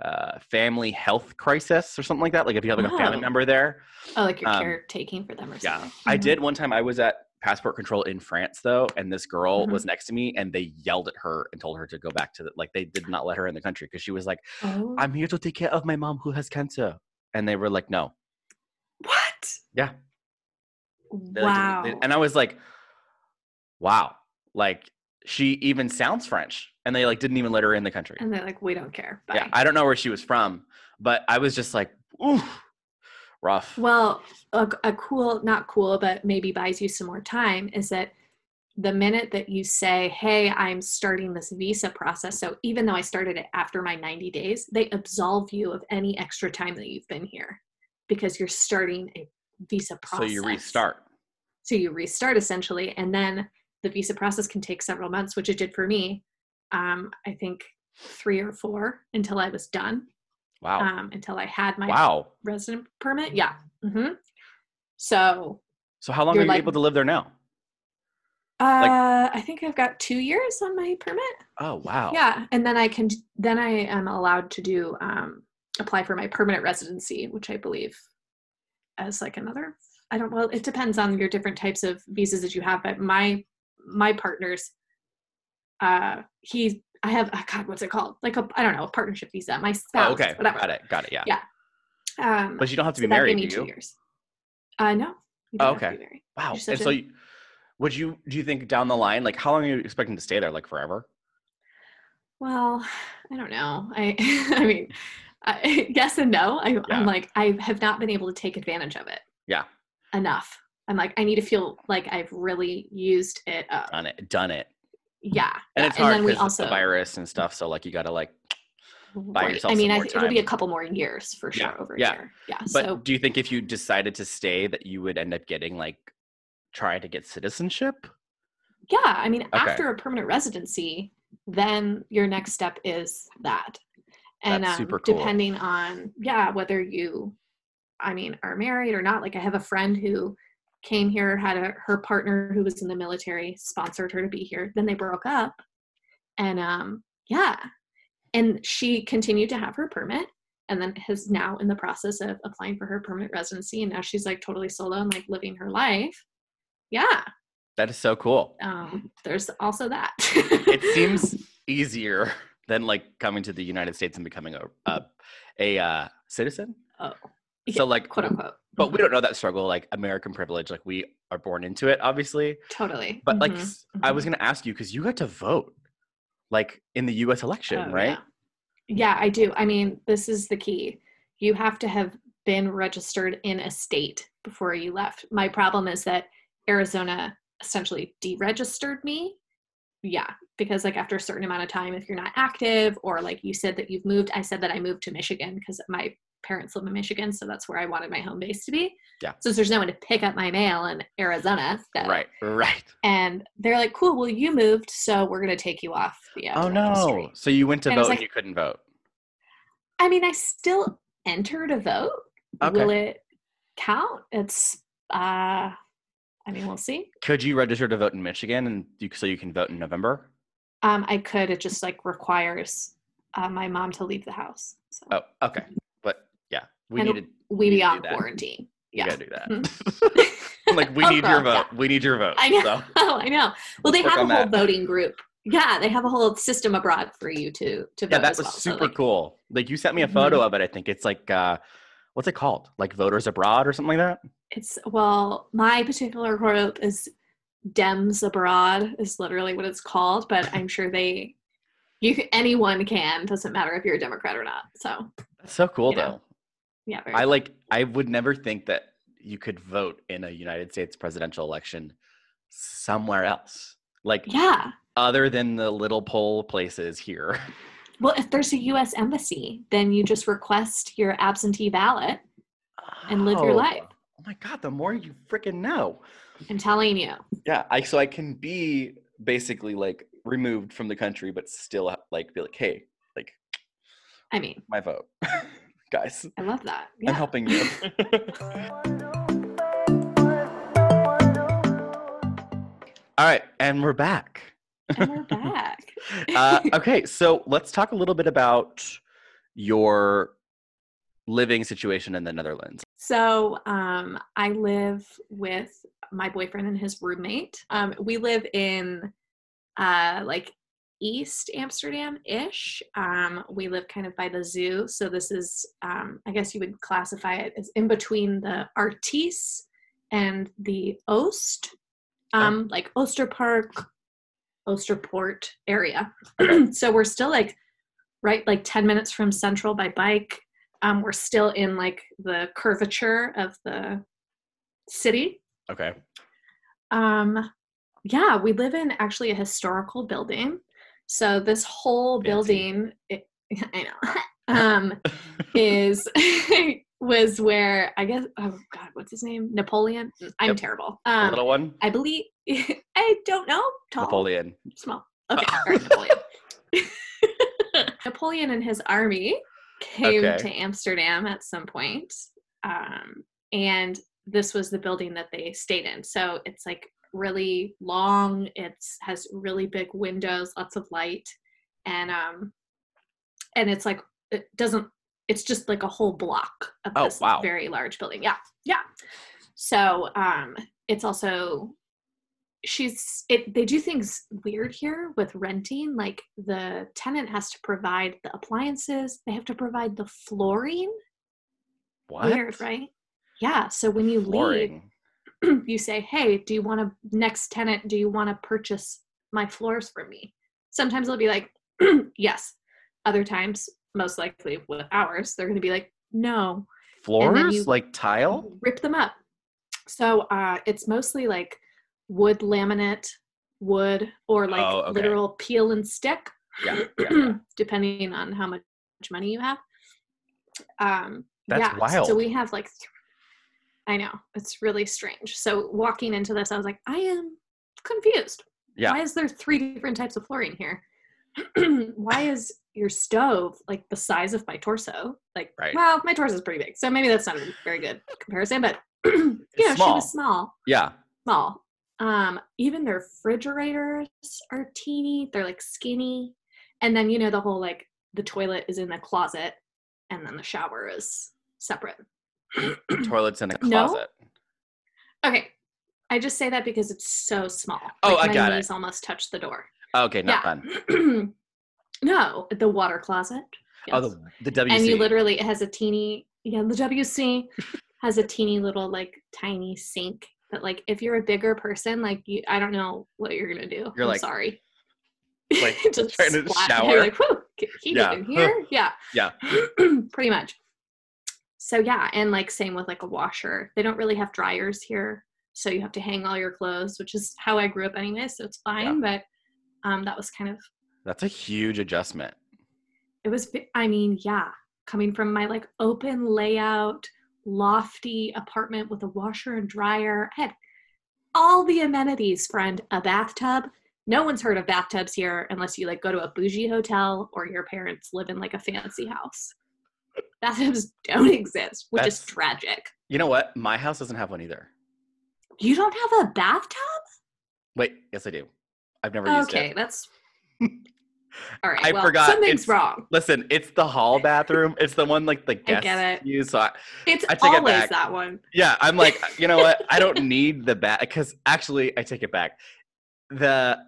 S1: uh, family health crisis or something like that. Like if you have like a family
S2: Oh.
S1: member there.
S2: Oh, like you're
S1: Um,
S2: caretaking for them or
S1: Yeah,
S2: something.
S1: I
S2: Mhm.
S1: did one time. I was at passport control in France though, and this girl
S2: Mm-hmm.
S1: was next to me, and they yelled at her and told her to go back to the, like they did not let her in the country because she was like,
S2: Oh.
S1: "I'm here to take care of my mom who has cancer," and they were like, "No."
S2: what?
S1: Yeah. They, like,
S2: Wow.
S1: didn't- they- and I was like, "Wow!" Like she even sounds French, and they like didn't even let her in the country.
S2: And they're like, we don't care. Bye.
S1: Yeah, I don't know where she was from, but I was just like, "Ooh, rough."
S2: well, a, a cool, not cool, but maybe buys you some more time is that the minute that you say, hey, I'm starting this visa process, so even though I started it after my 90 days, they absolve you of any extra time that you've been here because you're starting a visa
S1: so
S2: process.
S1: you restart.
S2: So you restart essentially, and then the visa process can take several months, which it did for me. Um, I think three or four until I was done,
S1: Wow.
S2: um, until I had my
S1: wow.
S2: resident permit. Yeah. hmm So
S1: So how long
S2: you're
S1: are you
S2: like-
S1: able to live there now?
S2: uh, I think I've got two years on my permit.
S1: Oh wow.
S2: Yeah, and then I can then I am allowed to do um, apply for my permanent residency, which I believe as like another. I don't well, it depends on your different types of visas that you have, but my my partner's uh he I have oh god, what's it called? Like a I don't know, a partnership visa. My spouse,
S1: Oh, okay.
S2: whatever.
S1: Got it. Got it. Yeah.
S2: Yeah. Um
S1: But you don't have to
S2: so
S1: be
S2: that gave
S1: married,
S2: me
S1: do
S2: two
S1: you?
S2: years. Uh no.
S1: Oh,
S2: you don't have to
S1: okay.
S2: be married.
S1: Wow.
S2: You're such
S1: And so,
S2: a-
S1: you, would you do you think down the line, like how long are you expecting to stay there? Like forever?
S2: Well, I don't know. I I mean, I, yes and no. I,
S1: Yeah.
S2: I'm like I have not been able to take advantage of it.
S1: Yeah.
S2: Enough. I'm like I need to feel like I've really used it up.
S1: Done it. Done it.
S2: Yeah.
S1: And
S2: yeah.
S1: it's hard
S2: then we
S1: because it's the
S2: also
S1: virus and stuff. So like you got to like.
S2: right.
S1: yourself
S2: I mean,
S1: some
S2: I,
S1: more
S2: th- it'll be
S1: time.
S2: a couple more years for
S1: Yeah,
S2: sure over
S1: yeah.
S2: here. Yeah.
S1: But
S2: so
S1: do you think if you decided to stay, that you would end up getting like try to get citizenship?
S2: yeah, I mean,
S1: Okay.
S2: after a permanent residency, then your next step is that. And
S1: That's
S2: um,
S1: super cool.
S2: depending on, yeah, whether you, I mean, are married or not. Like, I have a friend who came here, had a, her partner who was in the military, sponsored her to be here. Then they broke up. And um, yeah. And she continued to have her permit and then is now in the process of applying for her permanent residency. And now she's like totally solo and like living her life. Yeah
S1: That is so cool.
S2: um, there's also that.
S1: It seems easier than like coming to the United States and becoming a a, a uh, citizen.
S2: Oh.
S1: So like
S2: quote unquote.
S1: but we don't know that struggle like american privilege like we are born into it obviously
S2: Totally.
S1: but like
S2: Mhm.
S1: s- i was going to ask you because you got to vote like in the us election
S2: Oh,
S1: right
S2: Yeah. Yeah, I do. I mean, this is the key. You have to have been registered in a state before you left. My problem is that Arizona essentially deregistered me. Yeah, because like after a certain amount of time, if you're not active or like you said that you've moved, I said that I moved to Michigan because my parents live in Michigan, so that's where I wanted my home base to be.
S1: Yeah.
S2: Since there's no one to pick up my mail in Arizona, so
S1: right right
S2: and they're like, "Cool, well, you moved, so we're gonna take you off." The uh,
S1: oh
S2: registry."
S1: no so you went to
S2: And I
S1: vote
S2: was
S1: and
S2: like-
S1: you couldn't vote
S2: I mean, I still enter to vote.
S1: Okay.
S2: Will it count? It's. uh I mean, we'll see.
S1: could you register to vote in michigan and you, so you can vote in november
S2: Um, I could. It just like requires uh, my mom to leave the house. So
S1: oh okay but yeah we
S2: Mm-hmm. And
S1: needed
S2: we
S1: you
S2: be
S1: do
S2: on
S1: that.
S2: quarantine.
S1: you
S2: Yeah. Mm-hmm.
S1: gotta do that I'm like we
S2: Oh,
S1: need your
S2: God, yeah.
S1: vote we need your vote
S2: I know.
S1: so
S2: Oh, I know. Well, they
S1: Let's
S2: have a
S1: work
S2: whole
S1: on that.
S2: voting group. Yeah, they have a whole system abroad for you to to vote.
S1: yeah that
S2: as
S1: was
S2: well. So,
S1: super
S2: like,
S1: cool like you sent me a
S2: Mhm.
S1: photo of it i think it's like uh what's it called like voters abroad or something like that
S2: It's well, my particular group is Dems Abroad is literally what it's called, but I'm sure they you c- anyone can doesn't matter if you're a Democrat or not. So
S1: That's so cool
S2: you know,
S1: though.
S2: yeah, very
S1: I like I would never think that you could vote in a United States presidential election somewhere else. Like
S2: yeah.
S1: other than the little poll places here.
S2: Well, if there's a U.S. embassy, then you just request your absentee ballot. And live your
S1: Oh,
S2: life.
S1: Oh my god, the more you freaking know.
S2: I'm telling you,
S1: Yeah, I so I can be basically like removed from the country but still ha- like be like, "Hey, like
S2: I mean,
S1: my vote." Guys,
S2: I love that. Yeah.
S1: I'm helping you. All right, and we're back.
S2: and we're back.
S1: Uh, okay, so let's talk a little bit about your living situation in the Netherlands.
S2: So um, I live with my boyfriend and his roommate. Um, we live in uh, like East Amsterdam ish. Um, we live kind of by the zoo. So this is, um, I guess you would classify it as in between the Artis and the Oost, um, like Oosterpark, Oosterpoort area. so we're still like right like 10 minutes from central by bike. Um, we're still in like the curvature of the city.
S1: Okay.
S2: Um, yeah, we live in actually a historical building. So this whole
S1: Fancy.
S2: building, it, I know, um, is was where I guess oh god, what's his name? Napoleon. I'm
S1: Yep.
S2: terrible.
S1: The
S2: Um,
S1: little one?
S2: I believe I don't know. Tall,
S1: Napoleon.
S2: small. Okay, all right, Napoleon. Napoleon and his army came
S1: Okay.
S2: to Amsterdam at some point, um, and this was the building that they stayed in. So it's like really long. It's has really big windows, lots of light, and um, and it's like it doesn't. It's just like a whole block of
S1: Oh,
S2: this
S1: wow.
S2: very large building. Yeah, yeah. So um, it's also she's it they do things weird here with renting like the tenant has to provide the appliances they have to provide the flooring
S1: What?
S2: weird right yeah so when you
S1: Flooring.
S2: leave you say hey do you want to next tenant do you want to purchase my floors from me sometimes they'll be like yes other times most likely with ours they're going to be like no
S1: Floors?
S2: you-
S1: Like tile?
S2: rip them up. So uh, it's mostly like wood laminate, wood, or like
S1: Oh, okay.
S2: literal peel and stick,
S1: Yeah. yeah, yeah.
S2: depending on how much money you have. Um,
S1: That's
S2: yeah. So
S1: wild.
S2: we have like, th- I know it's really strange. So walking into this, I was like, I am confused.
S1: Yeah.
S2: Why is there three different types of flooring here? Why is your stove like the size of my torso? Like,
S1: Right.
S2: well, my torso is pretty big, so maybe that's not a very good comparison. But you know, she
S1: small.
S2: was small,
S1: Yeah.
S2: small. Um, even their refrigerators are teeny. They're like skinny, and then you know the whole like the toilet is in the closet, and then the shower is separate.
S1: Toilets in a
S2: No?
S1: closet.
S2: Okay. I just say that because it's so small.
S1: Oh, I
S2: my
S1: got it.
S2: knees almost touch the door.
S1: Okay, not
S2: Yeah.
S1: fun.
S2: no, the water closet.
S1: Oh,
S2: Yes.
S1: the, the WC.
S2: and you literally it has a teeny yeah, the WC has a teeny little like tiny sink. But like if you're a bigger person, like you I don't know what you're gonna do.
S1: You're
S2: I'm
S1: like-
S2: sorry.
S1: like, trying to
S2: splat, and
S1: shower.
S2: You're like, whew, get heated
S1: Yeah.
S2: in here. Yeah.
S1: Yeah.
S2: Pretty much. So yeah, and like same with like a washer. They don't really have dryers here. So you have to hang all your clothes, which is how I grew up anyway, so it's fine. But um that was kind of
S1: That's a huge adjustment.
S2: it was bi- i mean yeah coming from my like open layout lofty apartment with a washer and dryer i had all the amenities friend a bathtub no one's heard of bathtubs here unless you like go to a bougie hotel or your parents live in like a fancy house bathtubs don't exist which is
S1: That's-
S2: tragic
S1: You know what? My house doesn't have one either.
S2: you don't have a bathtub
S1: Wait, yes, I do. I've never used
S2: okay
S1: it.
S2: that's all right
S1: I
S2: well
S1: forgot
S2: something's
S1: it's-
S2: wrong
S1: Listen, it's the hall bathroom. It's the one like the
S2: get
S1: guests
S2: it.
S1: use. So I,
S2: it's
S1: I take it
S2: always
S1: back.
S2: that one
S1: yeah, I'm like, you know what? I don't need the bath because actually, I take it back. The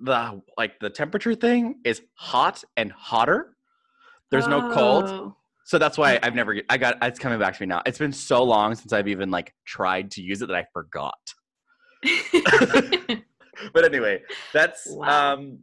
S1: the like the temperature thing is hot and hotter. There's no cold,
S2: Oh.
S1: so that's why I've
S2: okay.
S1: never. I got it's coming back to me now. It's been so long since I've even like tried to use it that I forgot.
S2: Oh.
S1: But anyway, that's
S2: Wow.
S1: um,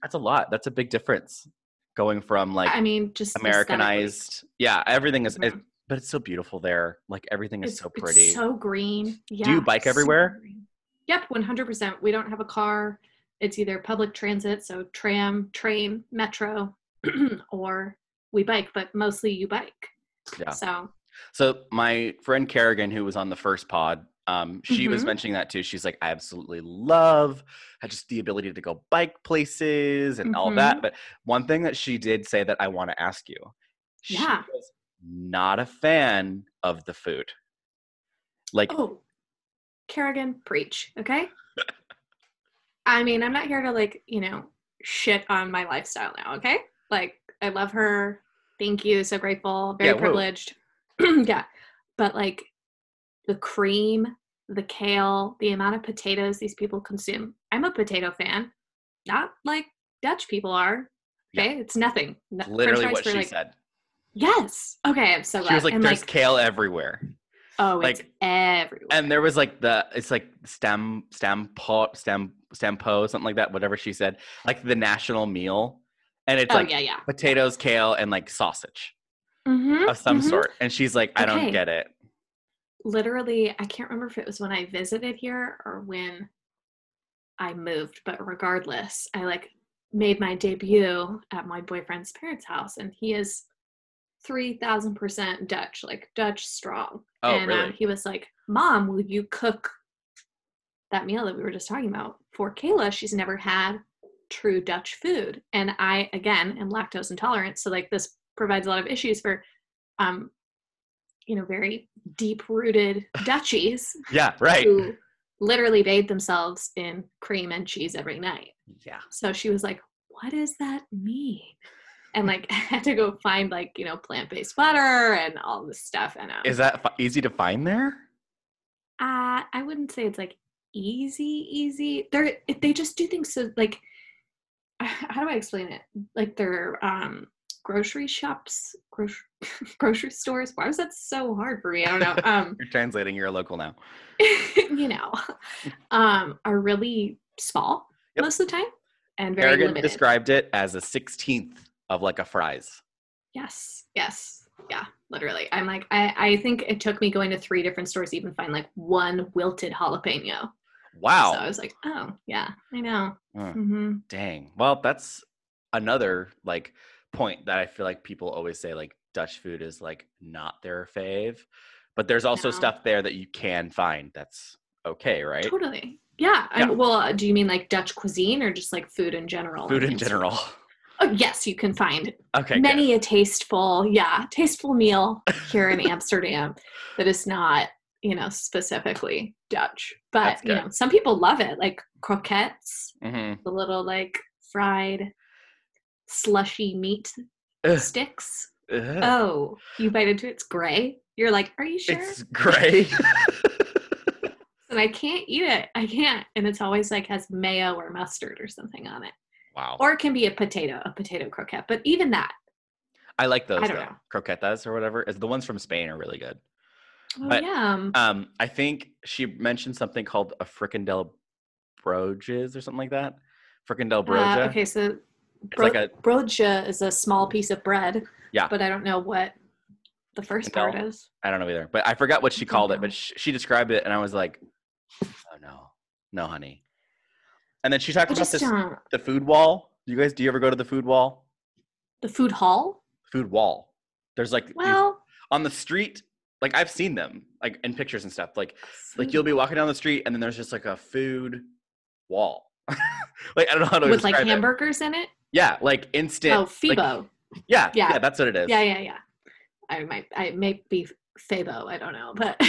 S1: that's a lot. That's a big difference going from like
S2: I mean, just
S1: Americanized. Yeah, everything is,
S2: aesthetically.
S1: is- but it's so beautiful there. Like everything is
S2: It's-
S1: so
S2: it's
S1: pretty.
S2: so green. Yeah.
S1: you bike
S2: so
S1: everywhere?
S2: green. Yep, one hundred percent. We don't have a car. It's either public transit, so tram, train, metro, or we bike, but mostly you bike.
S1: Yeah.
S2: So
S1: so my friend Kerrigan, who was on the first pod, um, she was
S2: Mhm.
S1: mentioning that too. She's like, I absolutely love uh, just the ability to go bike places and all
S2: Mm-hmm.
S1: that. But one thing that she did say that I want to ask you, she
S2: Yeah.
S1: was not a fan of the food. Like,
S2: oh Kerrigan, preach, okay? I mean, I'm not here to like, you know, shit on my lifestyle now, okay? Like, I love her. Thank you. So grateful. Very
S1: Yeah, whoa.
S2: privileged. yeah. But like the cream, the kale, the amount of potatoes these people consume. I'm a potato fan, not like Dutch people are.
S1: Yeah.
S2: Okay. It's nothing. No- French
S1: Literally
S2: fries
S1: what
S2: for,
S1: she
S2: like-
S1: said.
S2: Yes. Okay. I'm so glad.
S1: She was like,
S2: and
S1: "There's
S2: like,
S1: kale everywhere,"
S2: oh, it's
S1: like-
S2: everywhere.
S1: and there was like the it's like stem stem pot stem stampo something like that. Whatever she said, like the national meal, and it's
S2: oh,
S1: like
S2: yeah, yeah.
S1: potatoes, kale, and like sausage
S2: Mhm,
S1: of some
S2: mhm.
S1: sort. And she's like, "I
S2: Okay.
S1: don't get it."
S2: literally i can't remember if it was when i visited here or when i moved but regardless i like made my debut at my boyfriend's parents house and he is 3000% dutch like dutch strong
S1: Oh,
S2: and um,
S1: really?
S2: he was like mom will you cook that meal that we were just talking about for kayla she's never had true dutch food and i again am lactose intolerant so like this provides a lot of issues for um you know very deep rooted Dutchies
S1: yeah, right.
S2: who literally bathe themselves in cream and cheese every night.
S1: Yeah,
S2: So she was like, What does that mean? And like, I had to go find like, you know, plant based butter and all this stuff. And um,
S1: is that fi- easy to find there?
S2: uh, I wouldn't say it's like easy, easy. They're, if they just do things so like, how do I explain it? Like their um, grocery shops, grocery, grocery stores. Why was that so hard for me? I don't know. Um,
S1: You're translating. You're a local now.
S2: you know, um, are really small
S1: Yep.
S2: most of the time and very
S1: Bergen
S2: limited.
S1: described it as a sixteenth of like a fries.
S2: yes, yes, yeah, literally. I'm like, I, I think it took me going to three different stores to even find like one wilted jalapeno.
S1: Wow.
S2: So I was like, oh yeah, I know.
S1: Mm.
S2: hmm
S1: Dang. Well, that's another like point that I feel like people always say like Dutch food is like not their fave, but there's also
S2: No.
S1: stuff there that you can find that's okay, right?
S2: Totally. Yeah. I-
S1: Yeah.
S2: well, uh, do you mean like Dutch cuisine or just like food in general?
S1: Food
S2: on
S1: in
S2: Instagram?
S1: general.
S2: Oh, yes, you can find
S1: Okay.
S2: many a tasteful, yeah, tasteful meal here in Amsterdam that is not, you know, specifically Dutch. But
S1: That's
S2: you
S1: good.
S2: know, some people love it, like croquettes,
S1: hmm
S2: the little like fried slushy meat sticks. Oh, you bite into it, it's gray. You're like, are you sure?
S1: It's great.
S2: and I can't eat it. I can't. And it's always like has mayo or mustard or something on it.
S1: wow.
S2: Or it can be a potato, a potato croquette. But even that,
S1: I like those
S2: I don't
S1: though.
S2: know.
S1: Croquetas or whatever. Is the ones from Spain are really good.
S2: oh
S1: But-
S2: yum.
S1: Um, I think she mentioned something called a fricandel broges or something like that. Fricandel broja.
S2: Uh, okay, so
S1: It's
S2: Bro-
S1: like a
S2: broja is a small piece of bread.
S1: Yeah.
S2: But I don't know what the first
S1: Fidel.
S2: part is.
S1: I don't know either, but I forgot what she
S2: don't
S1: called it,
S2: know.
S1: but she, she described it, and I was like, "Oh no, no, honey." And then she talked
S2: I
S1: about
S2: just
S1: this
S2: don't.
S1: the food wall. Do you guys do you ever go to the food wall?
S2: The food hall?
S1: Food wall. There's like these-
S2: Well,
S1: on the street. Like I've seen them like in pictures and stuff. Like like
S2: food
S1: you'll be walking down the street, and then there's just like a food wall. like I don't know how to
S2: with like
S1: describe it.
S2: hamburgers in it.
S1: Yeah, like instant.
S2: oh,
S1: like,
S2: Fibo.
S1: yeah,
S2: Yeah.
S1: yeah, that's what it is.
S2: yeah, yeah, yeah. I might, I may be Fabo. I don't know, but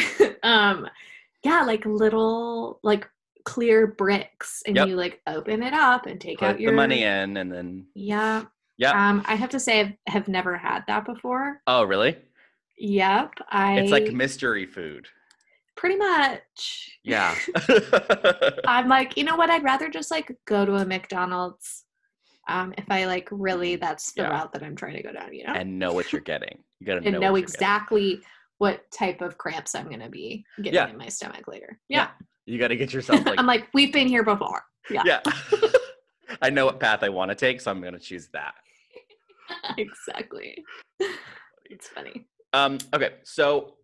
S2: um, yeah, like little like clear bricks, and
S1: Yep.
S2: you like open it up and take
S1: Put
S2: out
S1: the
S2: your
S1: money in, Uh, and then
S2: Yeah.
S1: yeah.
S2: Um, I have to say, I've have never had that before.
S1: oh, really?
S2: Yep. I
S1: It's like mystery food.
S2: pretty much
S1: Yeah.
S2: i'm like you know what i'd rather just like go to a mcdonald's um if i like really that's the
S1: Yeah.
S2: route that i'm trying to go down you know and,
S1: and know what you're getting. You gotta know,
S2: know
S1: what you're
S2: exactly what type of cramps i'm gonna be getting
S1: Yeah.
S2: in my stomach later yeah,
S1: Yeah. Getting. You gotta get yourself like,
S2: i'm like we've been here before yeah,
S1: yeah. I know what path I want to take, so I'm gonna choose that.
S2: exactly it's funny
S1: Um, okay, so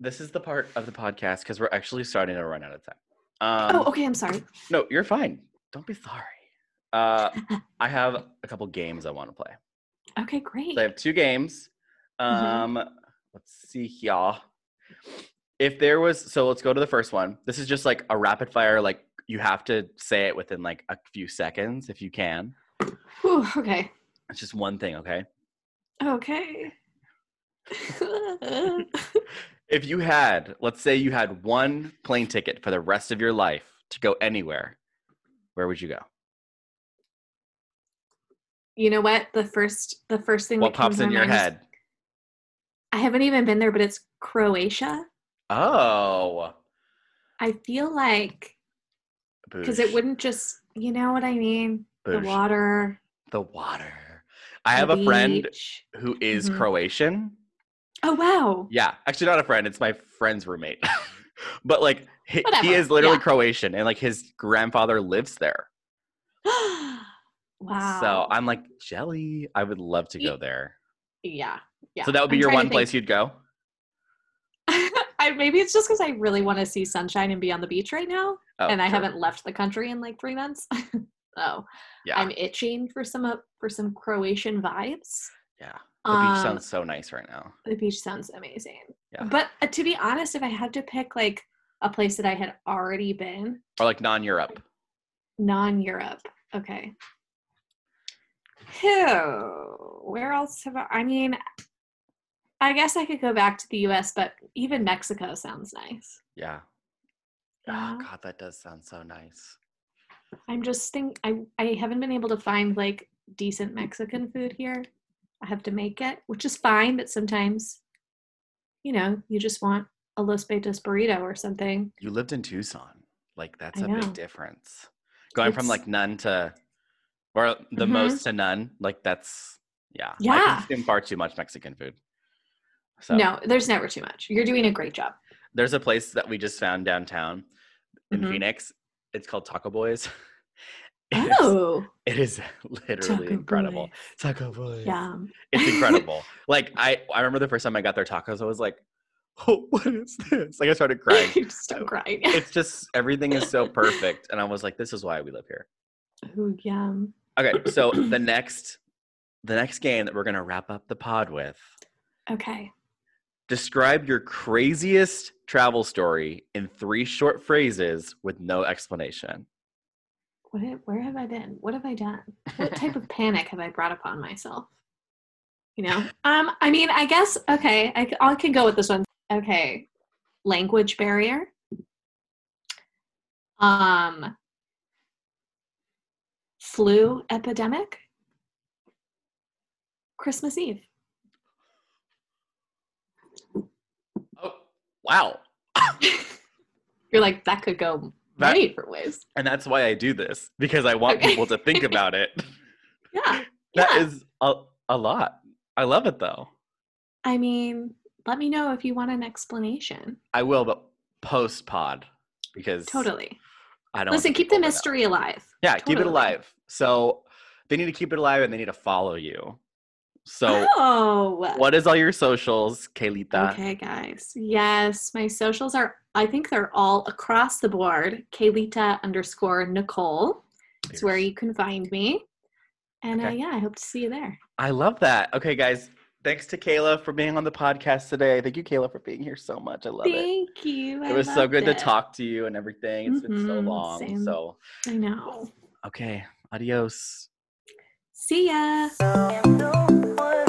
S1: this is the part of the podcast because we're actually starting to run out of time. Um,
S2: oh okay i'm sorry
S1: No, you're fine. Don't be sorry. Uh, I have a couple games I want to play.
S2: okay great
S1: So I have two games. Um,
S2: Mhm.
S1: Let's see here. If there was, so let's go to the first one. This is just like a rapid fire, like you have to say it within like a few seconds if you can.
S2: Whew, okay
S1: It's just one thing, okay?
S2: okay
S1: If you had, let's say you had one plane ticket for the rest of your life to go anywhere, where would you go?
S2: You know what? The first the first thing
S1: What
S2: that comes
S1: pops
S2: to
S1: in
S2: my
S1: your
S2: mind is-
S1: head?
S2: I haven't even been there, but it's Croatia.
S1: Oh,
S2: I feel like because it
S1: boosh,
S2: wouldn't just you know what I mean. The
S1: boosh,
S2: water.
S1: the water. I
S2: the
S1: have a friend
S2: beach.
S1: who is
S2: Mhm.
S1: Croatian.
S2: Oh wow.
S1: Yeah, actually not a friend. It's my friend's roommate. but like he, he
S2: Whatever,
S1: is literally
S2: yeah.
S1: Croatian, and like his grandfather lives there.
S2: wow.
S1: So I'm like jelly. I would love to
S2: Ye-
S1: go there.
S2: yeah. Yeah.
S1: So that would be
S2: I'm
S1: your
S2: trying to
S1: one
S2: think.
S1: place you'd go.
S2: I, maybe it's just because I really want to see sunshine and be on the beach right now,
S1: Oh,
S2: and I
S1: sure.
S2: haven't left the country in like three months. oh,
S1: Yeah,
S2: I'm itching for some uh, for some Croatian vibes.
S1: yeah. The
S2: Um,
S1: beach sounds so nice right now.
S2: the beach sounds amazing.
S1: Yeah.
S2: But uh, to be honest, if I had to pick like a place that I had already been,
S1: Or like non-Europe.
S2: non-Europe, okay. Who? Where else have I? I mean, I guess I could go back to the U.S., but even Mexico sounds nice.
S1: Yeah.
S2: Yeah.
S1: Oh God, that does sound so nice.
S2: I'm just think I I haven't been able to find like decent Mexican food here. I have to make it, which is fine, but sometimes, you know, you just want a Los Betos burrito or something.
S1: You lived in Tucson. Like that's
S2: I
S1: a
S2: know.
S1: big difference. Going from
S2: It's-
S1: like none to or the
S2: Mhm.
S1: most to none, like that's yeah. I
S2: Yeah.
S1: consume far too much Mexican food. So
S2: No, there's never too much. You're doing a great job.
S1: there's a place that we just found downtown in
S2: Mhm.
S1: Phoenix. It's called Taco Boys. It is-
S2: Oh,
S1: it is literally
S2: Taco
S1: incredible.
S2: Boy.
S1: Taco Boys.
S2: Yum.
S1: It's incredible. like I, I remember the first time I got their tacos, I was like, oh, what is this? Like I started crying.
S2: You're still crying.
S1: it's just everything is so perfect. And I was like, this is why we live here.
S2: Ooh, yum.
S1: Okay, so the next the next game that we're gonna wrap up the pod with.
S2: Okay.
S1: Describe your craziest travel story in three short phrases with no explanation.
S2: What, where have I been? What have I done? What type of panic have I brought upon myself? You know? Um, I mean, I guess, okay, I, c- I can go with this one. Okay. Language barrier. Um, flu epidemic. Christmas Eve.
S1: Oh wow.
S2: You're like, that could go
S1: That-
S2: many different ways.
S1: And that's why I do this, because I want
S2: Okay.
S1: people to think about it.
S2: Yeah.
S1: That
S2: yeah.
S1: is a, a lot. I love it though.
S2: I mean, let me know if you want an explanation.
S1: I will, but post pod because
S2: Totally.
S1: I don't
S2: Listen,
S1: want
S2: keep
S1: people
S2: the
S1: to know.
S2: mystery alive.
S1: Yeah, keep it
S2: Totally.
S1: alive. So they need to keep it alive and they need to follow you. So
S2: oh.
S1: what is all your socials, Kaylita?
S2: Okay, guys. Yes, my socials are, I think they're all across the board. Kalita underscore Nicole. It's where you can find me. And uh,
S1: Okay.
S2: yeah, I hope to see you there.
S1: I love that. Okay, guys. Thanks to Kayla for being on the podcast today. Thank you, Kayla, for being here so much. I love it.
S2: Thank you. I
S1: It was so
S2: loved
S1: good to
S2: it.
S1: talk to you and everything. It's been so
S2: Mhm,
S1: long.
S2: same.
S1: So
S2: I know.
S1: okay. Adios.
S2: See ya.
S3: am the one